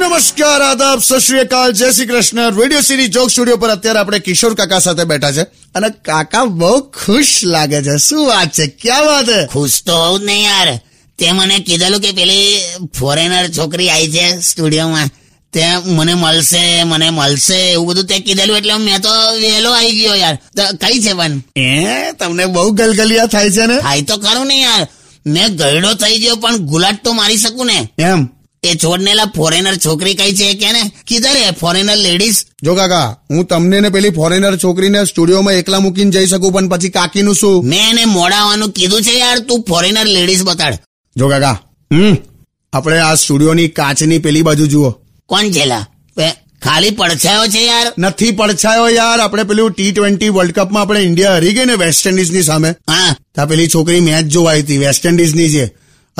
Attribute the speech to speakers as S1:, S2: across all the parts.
S1: નમસ્કાર આદાબ સત શ્રી અકાલ જય શ્રી કૃષ્ણ રેડિયો સિટી જોક સ્ટુડિયો પર અત્યારે આપણે કિશોર કાકા સાથે બેઠા છે અને કાકા બહુ ખુશ લાગે છે શું વાત છે ક્યાં વાત હે
S2: ખુશ તો હોઉં જ ને યાર તે મને કીધેલું કે પેલી ફોરેનર છોકરી આવી છે સ્ટુડિયોમાં તે મને મળશે મને મળશે એવું બધું તે કીધેલું એટલે મેં તો વહેલો આવી ગયો યાર તો કઈ છે પણ
S1: એ તમને બહુ ગલગલિયા થાય છે ને
S2: થાય તો ખરું ને યાર મેં ગયડો થઈ ગયો પણ ગુલાટ તો મારી શકું ને
S1: એમ
S2: એ છોડનેલા ફોરેનર છોકરી કઈ છે કે ને કીધર એ ફોરેનર લેડીઝ
S1: જો કાકા હું તમને ને પેલી ફોરેનર છોકરીને સ્ટુડિયોમાં એકલા મૂકીને જઈ શકું પણ પછી કાકીનું શું
S2: મેં એને મોડાવાનું કીધું છે યાર તું ફોરેનર લેડીઝ બતાડ
S1: જો કાકા હમ આપણે આ સ્ટુડિયોની કાચની પેલી બાજુ જુઓ
S2: કોણ છેલા એ ખાલી પડછાયો છે યાર
S1: નથી પડછાયો યાર આપણે પેલું ટી ટ્વેન્ટી વર્લ્ડ કપમાં આપણે ઇન્ડિયા હરી ગઈ ને વેસ્ટ ઇન્ડિઝની સામે
S2: હા
S1: ત્યાં પેલી છોકરી મેચ જોવા આવી હતી વેસ્ટ ઇન્ડિઝની છે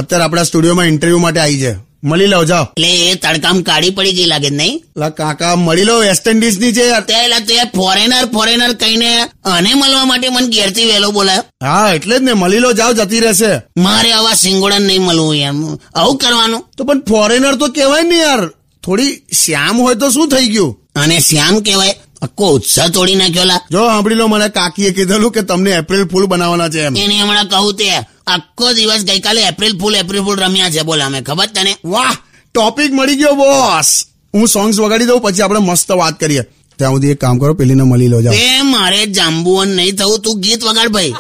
S1: અત્યારે આપણા સ્ટુડિયોમાં ઇન્ટરવ્યુ માટે આવી છે મળી લો જાઓ
S2: એટલે એ તડકામ કાઢી પડી ગઈ લાગે છે, નહીં
S1: લા કાકા મળી લો વેસ્ટ ઇન્ડિઝની છે યાર
S2: તેલા તે ફોરેનર ફોરેનર કહીને અને મળવા માટે મને ઘેરથી વહેલો બોલાયો
S1: હા એટલે જ ને મળી લો જાઓ જતી રહેશે
S2: મારે આવા સિંગોડા નહીં મળવું યાર આવું કરવાનું
S1: તો પણ ફોરેનર તો કહેવાય ને યાર થોડી શ્યામ હોય તો શું થઈ ગયું
S2: અને શ્યામ કહેવાય આખો ઉત્સાહ તોડી નાખ્યો લા
S1: જો સાંભળી લો મને કાકીએ કીધેલું કે તમને એપ્રિલ ફૂલ બનાવવાના છે એમ
S2: એને હમણાં કહું તે આખો દિવસ ગઈકાલે એપ્રિલ ફૂલ એપ્રિલ ફૂલ રમ્યા છે બોલ અમે ખબર તને
S1: વાહ ટોપિક મળી ગયો બોસ હું સોંગ્સ વગાડી દઉં પછી આપણે મસ્ત વાત કરીએ ત્યાં સુધી એક કામ કરો પેલીને મળી લો જાઓ
S2: એ મારે જાંબુવન નહીં થવું તું ગીત વગાડ ભાઈ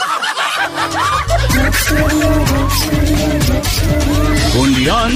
S3: Undian.